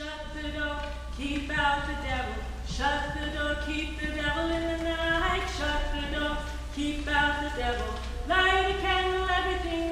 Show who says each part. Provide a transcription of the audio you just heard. Speaker 1: the door, keep out the devil. Shut the door, keep the devil in the night. Shut the door, keep out the devil. Light a candle, everything